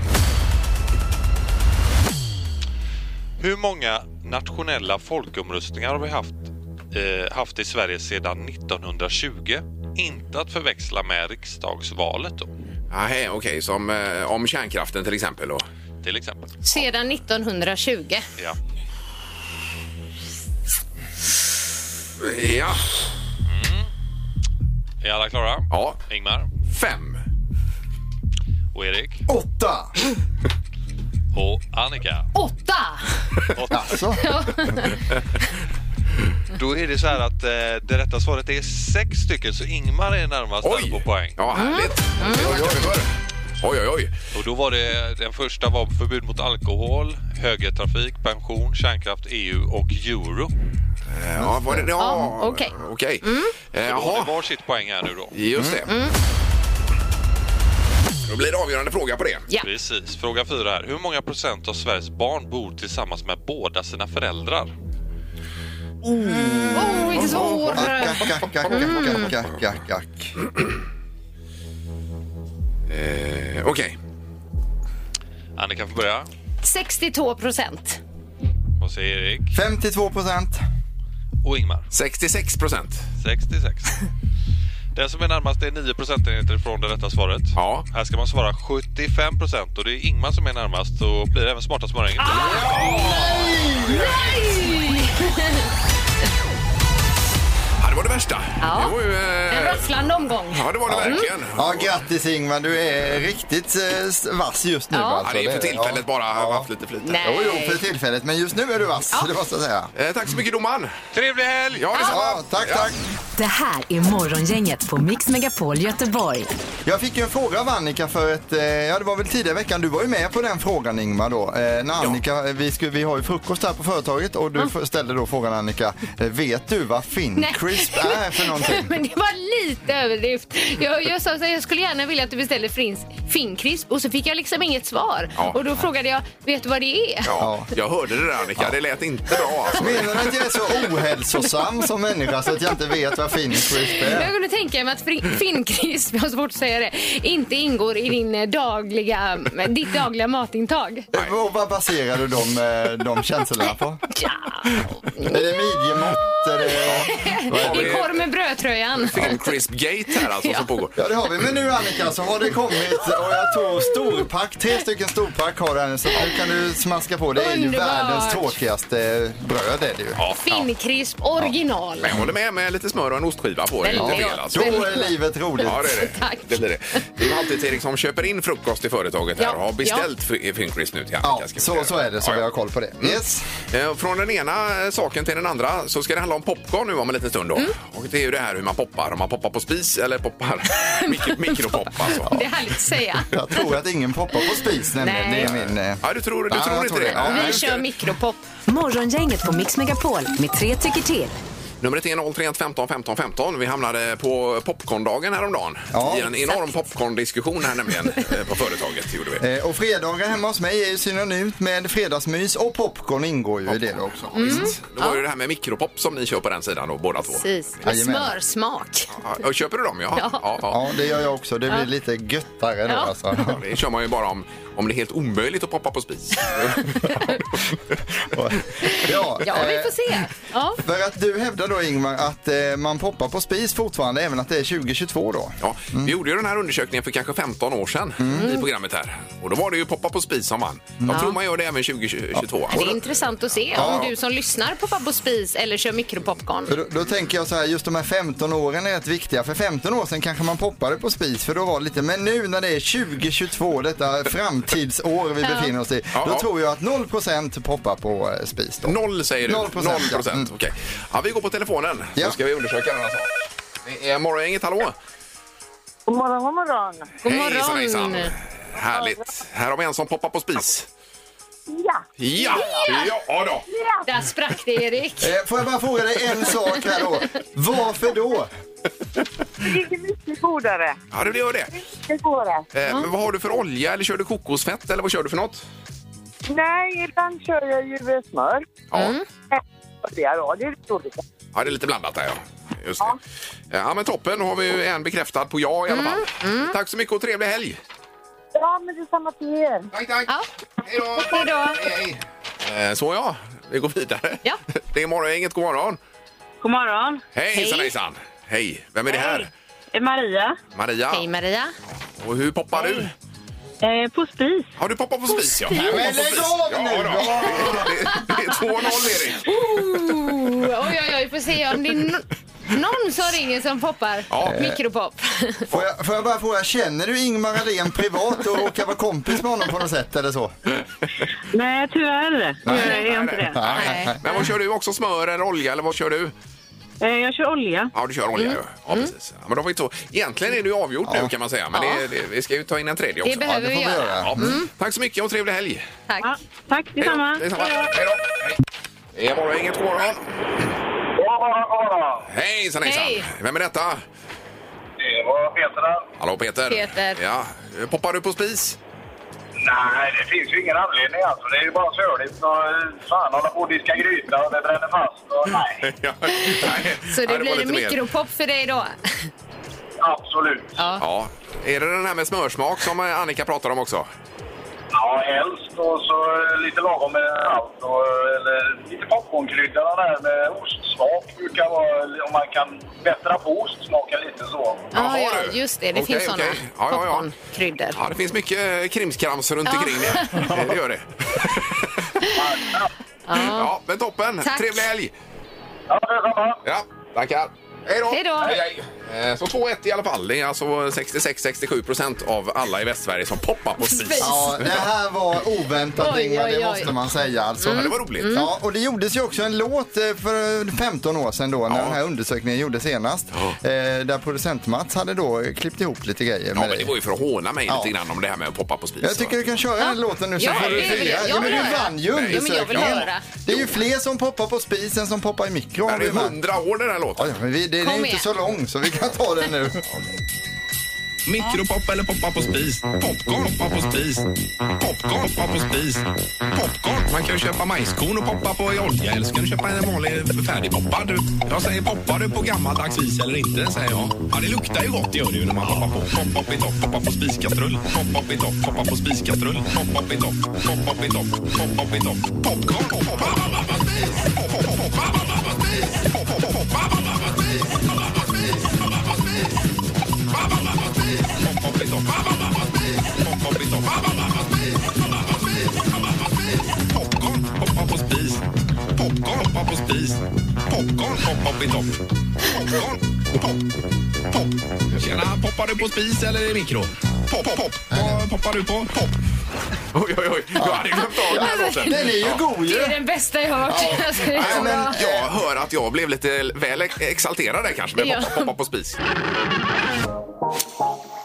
Speaker 9: Hur många nationella folkomröstningar har vi haft, eh, haft i Sverige sedan 1920? Inte att förväxla med riksdagsvalet då.
Speaker 3: Ah, Okej, som eh, om kärnkraften till exempel. Och...
Speaker 9: Till exempel.
Speaker 4: Sedan 1920.
Speaker 9: Ja.
Speaker 3: Eh, Ja.
Speaker 9: Är alla klara?
Speaker 3: Ja.
Speaker 9: Ingmar?
Speaker 3: Fem.
Speaker 9: Och Erik?
Speaker 5: Åtta!
Speaker 9: Och Annika?
Speaker 4: Åtta!
Speaker 9: Åtta.
Speaker 4: Ja.
Speaker 9: Då är det så här att eh, det rätta svaret är sex stycken, så Ingmar är närmast där på poäng.
Speaker 3: Ja, härligt. Det tackar vi för. Mm. Oj, oj, oj.
Speaker 9: Och då var det, den första var förbud mot alkohol, högertrafik, pension, kärnkraft, EU och euro.
Speaker 3: Ja, var det... Ja,
Speaker 4: Ja, okej.
Speaker 3: Okej. Eh,
Speaker 9: Så då har
Speaker 3: Jaha,
Speaker 9: ni varsitt poäng här nu då.
Speaker 3: just det. Då blir det avgörande fråga på det.
Speaker 4: Ja.
Speaker 9: Precis. Fråga fyra här. Hur många procent av Sveriges barn bor tillsammans med båda sina föräldrar?
Speaker 4: Oh, vilken svår.
Speaker 5: Ack, ack, ack, ack,
Speaker 4: Mm.
Speaker 5: ack, ack, ack, ack.
Speaker 3: Eh, Okej.
Speaker 9: Annika får börja.
Speaker 4: 62 procent.
Speaker 9: Vad säger Erik?
Speaker 5: 52 procent.
Speaker 9: Och Ingmar?
Speaker 3: 66 procent.
Speaker 9: 66. Den som är närmast är 9 procentenheter från det rätta svaret.
Speaker 3: Ja.
Speaker 9: Här ska man svara 75 procent och det är Ingmar som är närmast så blir det även smartast morgon.
Speaker 1: Ah!
Speaker 3: Ja, det var det värsta.
Speaker 4: Ja.
Speaker 3: Det var ju... eh,
Speaker 4: En rafflande omgång.
Speaker 3: Ja, det var det verkligen.
Speaker 5: Ja, grattis Ingvar, du är riktigt eh, vass just nu.
Speaker 4: Ja.
Speaker 3: Ja,
Speaker 5: Alltså.
Speaker 3: det är för
Speaker 5: ja.
Speaker 3: tillfället bara haft lite flyt.
Speaker 4: Nej.
Speaker 5: Jo, jo, för tillfället, men just nu är du vass, det måste jag säga.
Speaker 3: Eh, tack så mycket domaren.
Speaker 9: Trevlig helg!
Speaker 3: Ja, detsamma.
Speaker 5: Ja, tack, tack.
Speaker 2: Det här är Morgongänget på Mix Megapol Göteborg.
Speaker 5: Jag fick ju en fråga av Annika för ett, eh, ja det var väl tidigare i veckan, du var ju med på den frågan Ingmar då. Eh, när Annika, eh, vi, skulle, vi har ju frukost här på företaget och du f- ställde då frågan Annika, eh, vet du vad Fincrisp är äh, för någonting?
Speaker 4: Men det var lite överdrift. Jag, jag sa så här, jag skulle gärna vilja att du beställer frins, finkrisp och så fick jag liksom inget svar.
Speaker 3: Ja.
Speaker 4: Och då frågade jag, vet du vad det är?
Speaker 3: Ja, jag hörde det där Annika. Det lät inte bra. Alltså.
Speaker 5: Menar du att jag är så ohälsosam som människa så att jag inte vet vad Fincrisp
Speaker 4: Jag
Speaker 5: är?
Speaker 4: kunde tänka mig att fri- finkrisp, jag har svårt att säga det, inte ingår i din eh, dagliga, ditt dagliga matintag.
Speaker 5: Eh, Och vad baserar du de, eh, de känslorna på?
Speaker 4: Ja.
Speaker 5: Är det midjemått? Är det... vad är det?
Speaker 4: I korv med brödtröjan.
Speaker 3: Crisp Gate här alltså som pågår.
Speaker 5: Ja det har vi, men nu Annika så har det kommit och jag tror storpack, tre stycken storpack har den så nu kan du smaska på. Det är ju
Speaker 4: Underbart.
Speaker 5: världens tråkigaste bröd är det ju.
Speaker 4: Finkrisp original.
Speaker 3: Men jag håller med med lite smör och en ostskiva på. Det är inte
Speaker 4: Väldigt
Speaker 3: fel
Speaker 4: gott.
Speaker 3: alltså.
Speaker 5: Då är livet roligt.
Speaker 3: Ja, det är det.
Speaker 4: Tack.
Speaker 3: Det blir det. Det är ju alltid Erik som köper in frukost i företaget här
Speaker 4: Ja,
Speaker 3: och har beställt ja. Fincrisp nu till Annika.
Speaker 5: Ja,
Speaker 3: ska vi
Speaker 5: så,
Speaker 3: säga.
Speaker 5: så är det så
Speaker 3: Ja,
Speaker 5: vi
Speaker 3: ja.
Speaker 5: har koll på det. Yes.
Speaker 3: Eh, Från den ena eh, saken till den andra så ska det handla om popcorn nu om en liten stund. Då. Och det är ju det här hur man poppar. Om man poppar på spis eller poppar mik- mikropopp. Alltså.
Speaker 4: Det är härligt att säga.
Speaker 5: Jag tror att ingen poppar på spis nämligen. Det
Speaker 4: Nej.
Speaker 5: är min... eh,
Speaker 3: Ja, du tror, du
Speaker 5: Ja,
Speaker 3: tror
Speaker 5: jag
Speaker 3: inte
Speaker 5: tror
Speaker 3: det?
Speaker 5: det. Ja,
Speaker 3: Nej,
Speaker 4: Vi
Speaker 3: just det.
Speaker 4: kör mikropop.
Speaker 2: Morgongänget på Mix Megapol med tre tycker till.
Speaker 3: Numret är 031 15 15 15. Vi hamnade på popcorndagen häromdagen.
Speaker 5: Ja.
Speaker 3: I en enorm popcorndiskussion här nämligen eh, på företaget. Gjorde vi.
Speaker 5: eh, Och fredagar hemma hos mig är ju synonymt med fredagsmys och popcorn ingår ju i det också.
Speaker 4: Mm.
Speaker 3: Visst. Det var ju det här med mikropop som ni kör på den sidan då, båda två.
Speaker 4: Precis. Med
Speaker 5: Jajamän.
Speaker 4: smörsmak.
Speaker 3: Ja, och köper du dem? Ja.
Speaker 4: Ja.
Speaker 5: Ja, det gör jag också. Det blir lite göttare då
Speaker 4: Ja.
Speaker 5: alltså.
Speaker 3: Ja, Det kör man ju bara om, om det är helt omöjligt att poppa på spis.
Speaker 5: Ja,
Speaker 4: Ja, vi
Speaker 5: eh,
Speaker 4: får se. Ja.
Speaker 5: För att du hävdar då Ingmar att eh, man poppar på spis fortfarande även att det är 2022 då.
Speaker 3: Ja,
Speaker 5: Mm.
Speaker 3: Vi gjorde ju den här undersökningen för kanske 15 år sedan i programmet här. Och då var det ju poppa på spis som vann. Jag tror man gör det även 2022.
Speaker 4: Det är intressant att se om du som lyssnar på Babbo Spis eller kör mikropopcorn.
Speaker 5: För Då, då tänker jag så här, just de här 15 åren är rätt viktiga. För 15 år sedan kanske man poppade på spis för då var det lite, men nu när det är 2022, detta framtidsår vi befinner oss i, då
Speaker 3: Ja.
Speaker 5: tror jag att 0% poppar på eh, spis då.
Speaker 3: Noll säger du?
Speaker 5: Noll procent, ja. Mm.
Speaker 3: procent. Okej. Ja, vi går på telefonen
Speaker 5: Ja.
Speaker 3: så ska vi undersöka den här saken. Det är Morgongänget, hallå!
Speaker 10: God morgon, god morgon.
Speaker 4: God
Speaker 3: Hejsan, hejsan.
Speaker 4: morgon!
Speaker 3: Härligt. Här har vi en som poppar på spis.
Speaker 10: Ja.
Speaker 3: Ja! Ja då!
Speaker 4: Där sprack det, Erik.
Speaker 5: Eh, Får jag bara fråga dig en sak här då. Varför då?
Speaker 10: Det ligger mycket godare.
Speaker 3: Ja, det gör det.
Speaker 10: Det går det.
Speaker 3: Eh, Men vad har du för olja eller kör du kokosfett eller vad kör du för något?
Speaker 10: Nej, ibland kör jag ju eh, smör.
Speaker 3: Ja.
Speaker 10: Det är, ja, det är lite olika.
Speaker 3: Ja, det är lite blandat där ja. Just det. Eh, Ja, men toppen. Då har vi ju en bekräftad på ja i alla fall. Tack så mycket och trevlig helg!
Speaker 10: Ja, men detsamma till er.
Speaker 3: Tack, tack.
Speaker 4: Ja.
Speaker 3: Hej då.
Speaker 4: Hej då.
Speaker 3: Eh, Så ja, vi går vidare.
Speaker 4: Ja.
Speaker 3: Det är morgongänget. God morgon!
Speaker 10: God morgon.
Speaker 3: Hej, hejsan
Speaker 4: Hej.
Speaker 3: hejsan! Hej! Vem är det här?
Speaker 10: Det är Maria.
Speaker 3: Maria.
Speaker 4: Hej, Maria.
Speaker 3: Och hur poppar du?
Speaker 10: Eh, på spis.
Speaker 3: Har du poppat på spis? Ja.
Speaker 4: spis.
Speaker 3: Ja,
Speaker 5: Men lägg av
Speaker 3: Ja,
Speaker 5: nu!
Speaker 3: då. Det- Det är 2-0 Erik.
Speaker 4: Ooh, Oh, oj, oj, oj. Får se om det är no någon som ringer som poppar. Eh.
Speaker 3: Ja.
Speaker 4: Mikropop.
Speaker 5: Får jag, får jag bara fråga, känner du Ingmar Ahlén privat och råkar vara kompis med honom på något sätt eller så?
Speaker 10: Nej, tyvärr. Nej, jag är inte det.
Speaker 4: Nej.
Speaker 3: Men vad kör du? Också smör eller olja eller vad kör du?
Speaker 10: Eh, jag kör olja.
Speaker 3: Ja, du kör olja ju. Ja, precis. Ja, men då får vi två. Egentligen är det ju avgjort nu kan man säga. Men det, det, vi ska ju ta in en tredje också.
Speaker 4: Det
Speaker 5: det
Speaker 4: behöver vi
Speaker 5: får vi
Speaker 4: göra.
Speaker 5: göra.
Speaker 3: Ja.
Speaker 4: Mm.
Speaker 3: Tack så mycket och trevlig helg.
Speaker 4: Tack.
Speaker 10: Ja, tack,
Speaker 3: Hej då.
Speaker 10: detsamma.
Speaker 3: Detsamma. Hej då. Hej. Det är morgon, inget god morgon.
Speaker 1: God morgon, god morgon.
Speaker 3: Hejsan, hejsan.
Speaker 4: Hej.
Speaker 3: Vem är detta?
Speaker 1: Det var Peter där.
Speaker 3: Hallå Peter.
Speaker 4: Peter.
Speaker 3: Ja. Poppar du på spis?
Speaker 1: Nej, det finns ju ingen anledning alltså. Det är ju bara sörligt. Och Fan, hålla på och diska gryta och det bränner fast. Och, nej,
Speaker 3: Ja. Nej.
Speaker 4: Så
Speaker 3: Ja,
Speaker 4: det
Speaker 3: var
Speaker 4: blir
Speaker 3: lite mer.
Speaker 4: mikropop för dig då.
Speaker 1: absolut.
Speaker 3: Ja. Är det den här med smörsmak som eh, Annika pratar om också?
Speaker 1: Ja, helst och så lite lagom med allt. Och, eller lite popcornkrydda där med ostsmak brukar vara... Om man kan bättra på ostsmaken lite så.
Speaker 3: Jaha,
Speaker 4: ja,
Speaker 3: du.
Speaker 4: just det. Det
Speaker 3: Okej,
Speaker 4: finns såna
Speaker 3: okej. Ja, ja, ja.
Speaker 4: popcornkryddor.
Speaker 3: Ja, det finns mycket eh, krimskrams runt omkring det. Det gör det. Ja, men toppen.
Speaker 4: Tack.
Speaker 3: Trevlig helg.
Speaker 1: Ja, detsamma.
Speaker 3: Ja, tackar. Hej då!
Speaker 4: Hej då.
Speaker 3: hej. Eh, Så 2-1 i alla fall. Det är alltså 66-67 procent av alla i Västsverige som poppar på spis.
Speaker 4: Spis.
Speaker 5: Ja, det här var oväntat
Speaker 4: Oj,
Speaker 5: Ingmar,
Speaker 4: oj,
Speaker 5: det
Speaker 4: oj.
Speaker 5: måste man säga alltså.
Speaker 3: Ja, det var roligt.
Speaker 4: Mm.
Speaker 5: Ja, och det gjordes ju också en låt eh, för 15 år sedan då när
Speaker 3: Ja.
Speaker 5: den här undersökningen gjordes senast.
Speaker 3: Ja.
Speaker 5: Eh, där producent Mats hade då klippt ihop lite grejer
Speaker 3: Ja,
Speaker 5: med
Speaker 3: men det
Speaker 5: dig.
Speaker 3: var ju för att håna mig
Speaker 5: Ja.
Speaker 3: lite grann om det här med att poppa på spis.
Speaker 5: Jag tycker du kan köra den låten nu så
Speaker 4: Ja,
Speaker 5: får du
Speaker 4: det vill
Speaker 5: fria.
Speaker 4: jag.
Speaker 5: Ja,
Speaker 4: Jag
Speaker 5: men
Speaker 4: vill
Speaker 5: du
Speaker 4: höra.
Speaker 5: vann ju
Speaker 3: Nej, men jag vill
Speaker 5: undersökningen.
Speaker 4: höra.
Speaker 5: Det är ju fler som poppar på spis än som poppar i mikron.
Speaker 3: Men Det är
Speaker 5: Ingmar.
Speaker 3: hundra år den här
Speaker 5: Ja,
Speaker 3: låten.
Speaker 5: ja, men vi, det är
Speaker 4: Kom
Speaker 5: ju inte
Speaker 4: igen.
Speaker 5: så lång så vi kan ta den nu.
Speaker 3: Mikropop eller poppa på spis? Popcorn poppa på spis. Popcorn poppa på spis. Popcorn. Man kan ju köpa majskorn och poppa på i olja eller så kan du köpa en vanlig färdigpoppad. Jag säger poppar du på gammaldags vis eller inte, säger jag. Ja, det luktar ju gott, det gör det ju när man poppar på. Poppa upp i topp, poppa på spiskastrull. Poppa upp i topp, poppa på spiskastrull. Poppa upp i topp, poppa upp i topp, poppa upp i topp. Popcorn poppa poppa på spis. Poppa poppa på spis. Poppa poppa poppa på spis. Poppa på spis. Poppa på spis. Popcorn hoppa på spis. Popcorn hoppa på spis. Popcorn hoppa på topp. Popcorn, pop, pop. Tjena, poppar du på spis eller i mikro? Pop, pop, pop. Vad poppar du på? Pop. Oj, oj, oj. Jag hade glömt av den här låten.
Speaker 5: Den är ju god ju.
Speaker 4: Det är den bästa jag har hört. Alltså, det är
Speaker 3: Nej,
Speaker 4: så bra.
Speaker 3: men jag hör att jag blev lite väl ex- exalterad där kanske med
Speaker 4: Ja.
Speaker 3: poppa, poppa på spis.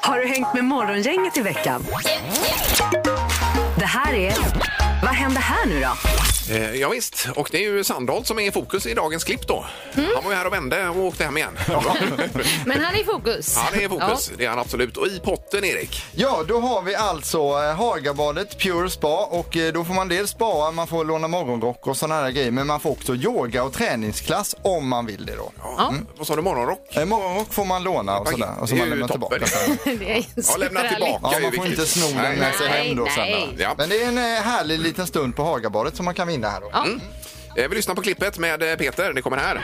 Speaker 2: Har du hängt med Morgongänget i veckan? Det här är... Vad händer här nu då?
Speaker 3: Eh, ja, visst, och det är ju Sandholt som är i fokus i dagens klipp då.
Speaker 5: Mm.
Speaker 3: Han var ju här och vände och åkte hem igen.
Speaker 4: Men han är i fokus.
Speaker 3: Han är i fokus,
Speaker 4: Ja.
Speaker 3: det är han absolut. Och i potten, Erik.
Speaker 5: Ja, då har vi alltså eh, Hagabadet Pure Spa och eh, då får man dels spara, man får låna morgonrock och sådana här grejer men man får också yoga och träningsklass om man vill det då.
Speaker 3: Ja. Mm. Vad sa du, morgonrock?
Speaker 5: Eh, Morgonrock får man låna och
Speaker 3: Okej,
Speaker 5: sådär och
Speaker 3: det
Speaker 5: så
Speaker 3: är
Speaker 5: man
Speaker 3: ju
Speaker 5: lämnar
Speaker 3: toppen.
Speaker 5: tillbaka.
Speaker 4: Det är
Speaker 3: Ja, lämna
Speaker 4: superhärligt.
Speaker 3: tillbaka.
Speaker 5: Ja,
Speaker 3: är
Speaker 5: man
Speaker 3: ju
Speaker 5: får inte
Speaker 3: viktigt.
Speaker 5: sno
Speaker 3: Nej,
Speaker 5: den med sig
Speaker 4: nej,
Speaker 5: hem då sen.
Speaker 4: nej.
Speaker 5: va?
Speaker 3: Ja.
Speaker 5: Men det är en eh, härlig liten stund på Hagabadet som man kan vinna här då.
Speaker 3: Eh, Vi lyssnar på klippet med eh, Peter, det kommer här.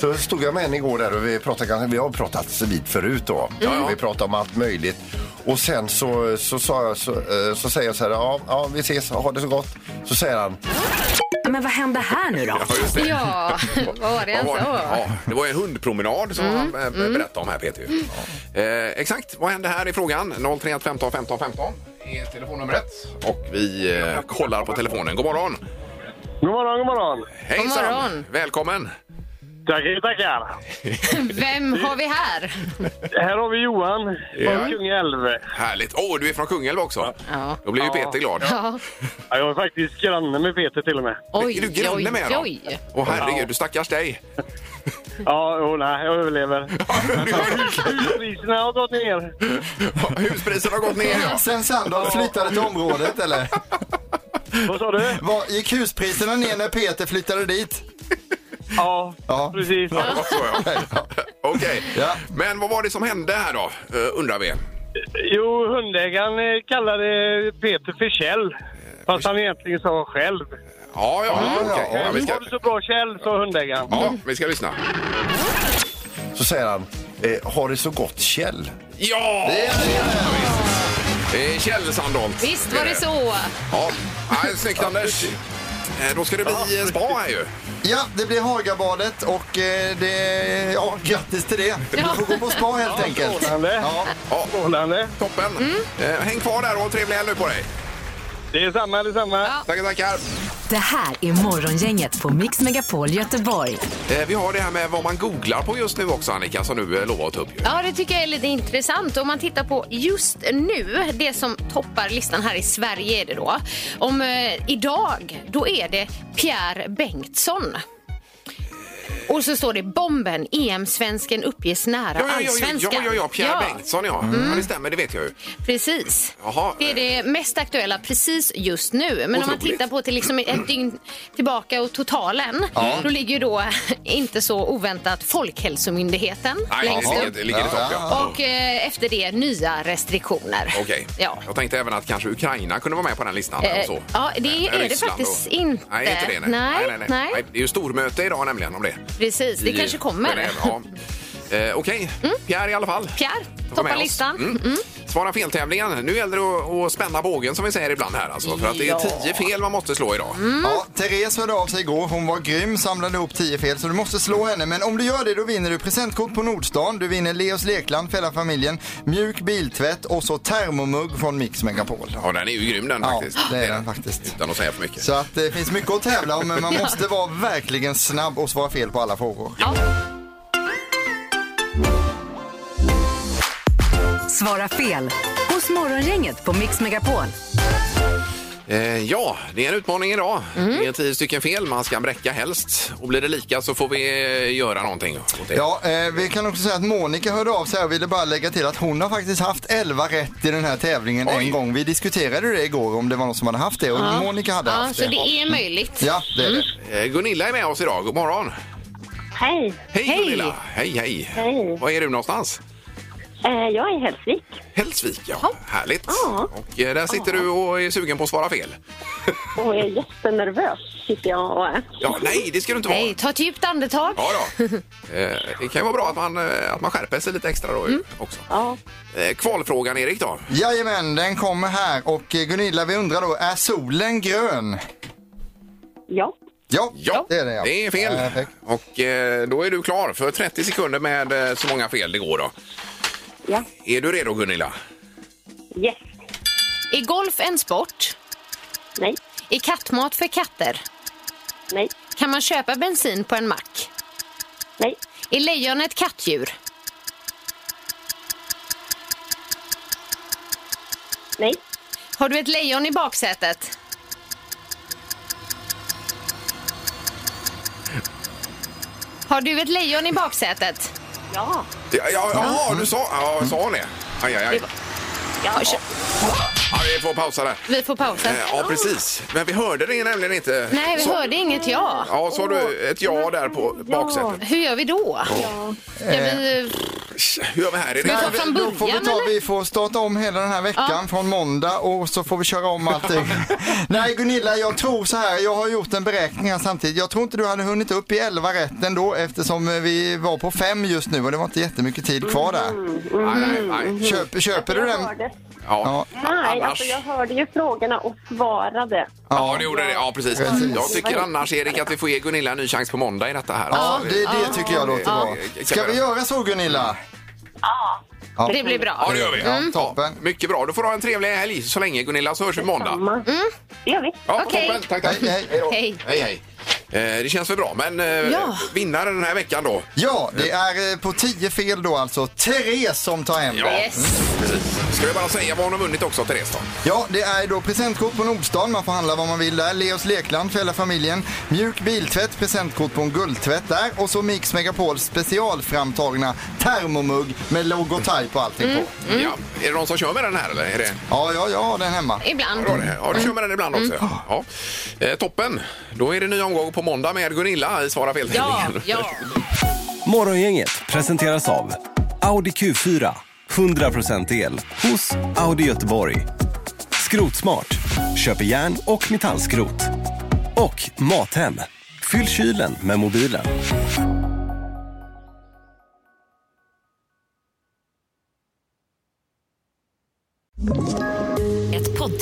Speaker 11: Så stod jag med en igår där och vi, pratade, ganska- vi har pratat vid förut då.
Speaker 3: Mm.
Speaker 11: Vi pratade om allt möjligt. Och sen så, så, sa jag, så, eh, så säger jag så här, ja, ja vi ses, ha det så gott. Så säger han,
Speaker 2: Men vad händer här nu då?
Speaker 3: Ja, just det.
Speaker 4: Ja, vad var det Mm. han
Speaker 3: Vad var det?
Speaker 4: sa?
Speaker 3: Ja, det var ju en hundpromenad som han eh, berättade om här, Peter. ju.
Speaker 4: Mm.
Speaker 3: Eh, exakt, vad hände här i frågan? 031 15 15 15 är telefonnumret. Och vi eh, kollar på telefonen. God morgon!
Speaker 6: God morgon, god morgon.
Speaker 3: Hejsan!
Speaker 4: morgon.
Speaker 3: Välkommen!
Speaker 12: Tackar, tackar.
Speaker 4: Vem har vi här?
Speaker 12: Här har vi Johan från Kungälv.
Speaker 3: Härligt. Åh, du är från Kungälv också?
Speaker 4: Ja.
Speaker 3: Då blir ju Peter glad.
Speaker 4: Ja.
Speaker 12: Ja, jag är faktiskt granne med Peter till och med.
Speaker 4: Oj,
Speaker 3: Är du granne med dem?
Speaker 4: oj.
Speaker 3: Åh herregud, du stackars dig.
Speaker 12: Ja, jo, nej, jag överlever. Huspriserna har gått ner.
Speaker 3: Huspriserna har gått ner, ja.
Speaker 5: Sen Sandholt flyttade till området eller?
Speaker 12: Vad sa du?
Speaker 5: Var, gick huspriserna ner när Peter flyttade dit?
Speaker 12: Ja, precis.
Speaker 3: Ja, så, ja. Okej. Men vad var det som hände här då, eh, undrar vi?
Speaker 12: Jo, hundägaren eh, kallade Peter för Kjell. Fast han egentligen sa själv.
Speaker 3: Ja, ja, okej. Ja, vi ska-
Speaker 12: Har du så bra Kjell, sa hundägaren.
Speaker 3: Ja, vi ska lyssna.
Speaker 11: Så säger han, eh, har det så gott Kjell.
Speaker 3: Ja! Eh, Kjell Sandholt.
Speaker 4: Visst var det så.
Speaker 3: Ja, Nej, snyggt Anders. Eh, Då ska det bli eh, spa här ju.
Speaker 5: Ja, det blir Hagabadet och eh, det... Ja, grattis till det. Du får gå på spa helt enkelt. Ja.
Speaker 3: Ja. Toppen.
Speaker 4: Mm.
Speaker 3: Eh, Häng kvar där och ha en trevlig helg nu på dig.
Speaker 12: Det är samma, det är samma.
Speaker 3: Tackar, tackar.
Speaker 2: Det här är Morgongänget på Mix Megapol Göteborg.
Speaker 3: Eh, Vi har det här med vad man googlar på just nu också Annika, som du eh, lovar att ta upp. ju.
Speaker 4: Ja, det tycker jag är lite intressant. Om man tittar på just nu, det som toppar listan här i Sverige är det då. Om eh, idag, då är det Pierre Bengtsson. Och så står det bomben, EM-svensken uppges nära
Speaker 3: Ja, ja, ja, ja, ja,
Speaker 4: allsvenskan.
Speaker 3: ja, ja, Pierre Bengtsson ja.
Speaker 4: Mm.
Speaker 3: Ja, det stämmer, det vet jag ju.
Speaker 4: Precis.
Speaker 3: Jaha.
Speaker 4: Det är det mest aktuella precis just nu. Men om man
Speaker 3: Otroligt.
Speaker 4: tittar på till liksom ett dygn tillbaka och totalen,
Speaker 3: Ja.
Speaker 4: då ligger ju då inte så oväntat Folkhälsomyndigheten
Speaker 3: Nej,
Speaker 4: längst
Speaker 3: det
Speaker 4: upp.
Speaker 3: ligger- det ligger i topp, ja.
Speaker 4: Och eh, efter det nya restriktioner.
Speaker 3: Okej.
Speaker 4: Ja.
Speaker 3: Jag tänkte även att kanske Ukraina kunde vara med på den listan.
Speaker 4: Eh,
Speaker 3: och så.
Speaker 4: ja, det
Speaker 3: Eh,
Speaker 4: är det
Speaker 3: Ryssland
Speaker 4: faktiskt inte.
Speaker 3: Nej, inte det. Nej.
Speaker 4: Nej,
Speaker 3: nej, nej.
Speaker 4: nej.
Speaker 3: Nej, det är ju stormöte idag nämligen om det.
Speaker 4: Precis, det
Speaker 3: I
Speaker 4: kanske kommer. Mm.
Speaker 3: Genève, Ja. Eh, Okej, Pierre i alla fall.
Speaker 4: Pierre,
Speaker 3: Ta med
Speaker 4: toppa
Speaker 3: oss.
Speaker 4: listan.
Speaker 3: Mm. Svara fel-tävlingen. Nu gäller det att- att spänna bågen som vi säger ibland här alltså. För att det är
Speaker 5: Ja.
Speaker 3: tio fel man måste slå idag.
Speaker 4: Mm.
Speaker 5: Ja, Therese hörde av sig igår. Hon var grym, samlade ihop 10 fel, så du måste slå henne. Men om du gör det, då vinner du presentkort på Nordstan, du vinner Leos Lekland för hela familjen, mjuk biltvätt och så termomugg från Mix Megapol.
Speaker 3: Ja, den är ju grym den
Speaker 5: Ja,
Speaker 3: faktiskt.
Speaker 5: det är den faktiskt.
Speaker 3: Utan att säga för mycket.
Speaker 5: Så att det finns mycket att tävla om, men man
Speaker 3: Ja.
Speaker 5: måste vara verkligen snabb och svara fel på alla frågor.
Speaker 2: Svara fel hos Morgongänget på Mix Megapol.
Speaker 3: Eh, ja, det är en utmaning idag.
Speaker 4: Mm.
Speaker 3: Det är tio stycken fel. Man ska bräcka helst. Och blir det lika så får vi eh, göra någonting åt det.
Speaker 5: Ja, eh, vi kan också säga att Monica hörde av sig och ville bara lägga till att hon har faktiskt haft 11 rätt i den här tävlingen en gång. Vi diskuterade det igår om det var någon som hade haft det och
Speaker 4: Ja.
Speaker 5: Monica hade
Speaker 4: ja,
Speaker 5: haft
Speaker 4: Så det är Mm. möjligt.
Speaker 5: Ja, det är det.
Speaker 3: Eh, Gunilla är med oss idag. God morgon!
Speaker 13: Hej!
Speaker 3: Hej, Gunilla! Hej, hej!
Speaker 13: Hej.
Speaker 3: Var är du någonstans?
Speaker 13: Eh, jag är i Hälsvik.
Speaker 3: Hälsvik, ja. Härligt! Och eh, där sitter du och är sugen på att svara fel.
Speaker 13: Och jag är jättenervös sitter jag och är.
Speaker 3: Ja, nej, det ska du inte vara.
Speaker 4: Nej, ta ett djupt andetag.
Speaker 3: Ja, då. Eh, det kan ju vara bra att man, eh, att man skärper sig lite extra då ju också. Eh, kvalfrågan, Erik då?
Speaker 5: Jajamän, den kommer här och eh, Gunilla vi undrar då, är solen grön?
Speaker 13: Ja.
Speaker 5: Ja,
Speaker 3: Ja,
Speaker 5: det är det. Ja.
Speaker 3: Det är fel. Och eh, då är du klar för 30 sekunder med eh, så många fel det går då.
Speaker 13: Ja.
Speaker 3: Är du redo Gunilla?
Speaker 13: Yes.
Speaker 4: Är golf en sport?
Speaker 13: Nej.
Speaker 4: Är kattmat för katter?
Speaker 13: Nej.
Speaker 4: Kan man köpa bensin på en mack?
Speaker 13: Nej.
Speaker 4: Är lejon ett kattdjur?
Speaker 13: Nej.
Speaker 4: Har du ett lejon i baksätet? Har du ett lejon i baksätet?
Speaker 13: Ja.
Speaker 3: Ja, ja, ja du sa, ja, sa hon det? Aj, aj, aj.
Speaker 4: Ja.
Speaker 3: Ja, vi får pausa där.
Speaker 4: Vi får pausa.
Speaker 3: Eh, Ja, precis. Men vi hörde det nämligen inte.
Speaker 4: Nej, vi
Speaker 3: Så-
Speaker 4: hörde inget ja.
Speaker 3: Ja, så har du ett ja där på baksätet.
Speaker 4: Hur gör vi då? Ja. Vi...
Speaker 3: Hur gör vi här? Är det-
Speaker 4: Ska vi ta från
Speaker 5: då får vi,
Speaker 4: början,
Speaker 5: ta, vi får starta om hela den här veckan från måndag och så får vi köra om allting. Nej Gunilla, jag tror så här, jag har gjort en beräkning här samtidigt. Jag tror inte du hade hunnit upp i 11 rätt ändå eftersom eh, vi var på 5 just nu och det var inte jättemycket tid kvar där.
Speaker 3: Nej, nej, nej.
Speaker 5: Köp, köper du
Speaker 13: Jag
Speaker 5: den?
Speaker 13: hörde.
Speaker 3: Ja.
Speaker 13: Nej,
Speaker 3: Annars-
Speaker 13: alltså jag hörde ju frågorna och svarade.
Speaker 3: Ja, det gjorde det. Ja, precis.
Speaker 5: Precis.
Speaker 3: Jag tycker annars, Erik, att vi får ge Gunilla en ny chans på måndag i detta här.
Speaker 5: Ja, det, det tycker jag låter bra. Ska vi göra så Gunilla? Ja.
Speaker 4: Det blir bra.
Speaker 3: Ja, det gör vi.
Speaker 5: Ja,
Speaker 3: toppen. Mycket bra. Du får ha en trevlig helg så länge, Gunilla, så hörs vi på måndag.
Speaker 13: Det gör vi.
Speaker 3: Ja,
Speaker 4: Okej.
Speaker 3: toppen. Tack, tack.
Speaker 4: Hej, hej.
Speaker 3: då.
Speaker 4: Hej.
Speaker 3: hej. hej. Eh, Det känns väl bra, men eh,
Speaker 5: Ja.
Speaker 3: vinnare den här veckan då?
Speaker 5: Ja, det är eh, på 10 fel då alltså Therese som tar hem det.
Speaker 3: Precis. Ska vi bara säga vad hon har vunnit också, Therese? Då?
Speaker 5: Ja, det är då presentkort på Nordstan. Man får handla vad man vill där. Leos Lekland för hela familjen. Mjuk biltvätt, presentkort på en guldtvätt där. Och så Mix Megapols specialframtagna termomugg med logotyp och allting
Speaker 4: Mm,
Speaker 5: på.
Speaker 4: mm.
Speaker 3: Ja, är det någon som kör med den här eller? Är det...
Speaker 5: Ja, ja, jag har den hemma.
Speaker 4: Ibland.
Speaker 3: Ja, du kör med den ibland också.
Speaker 4: Mm.
Speaker 3: Ja. Eh, toppen! Då är det ny omgång på måndag med Gunilla i Svara fel
Speaker 4: Ja, ja.
Speaker 14: Morgongänget presenteras av Audi Q4. 100% el hos Audi Göteborg. Skrotsmart. Köper järn och metallskrot. Och Mathem. Fyll kylen med mobilen.
Speaker 15: Ett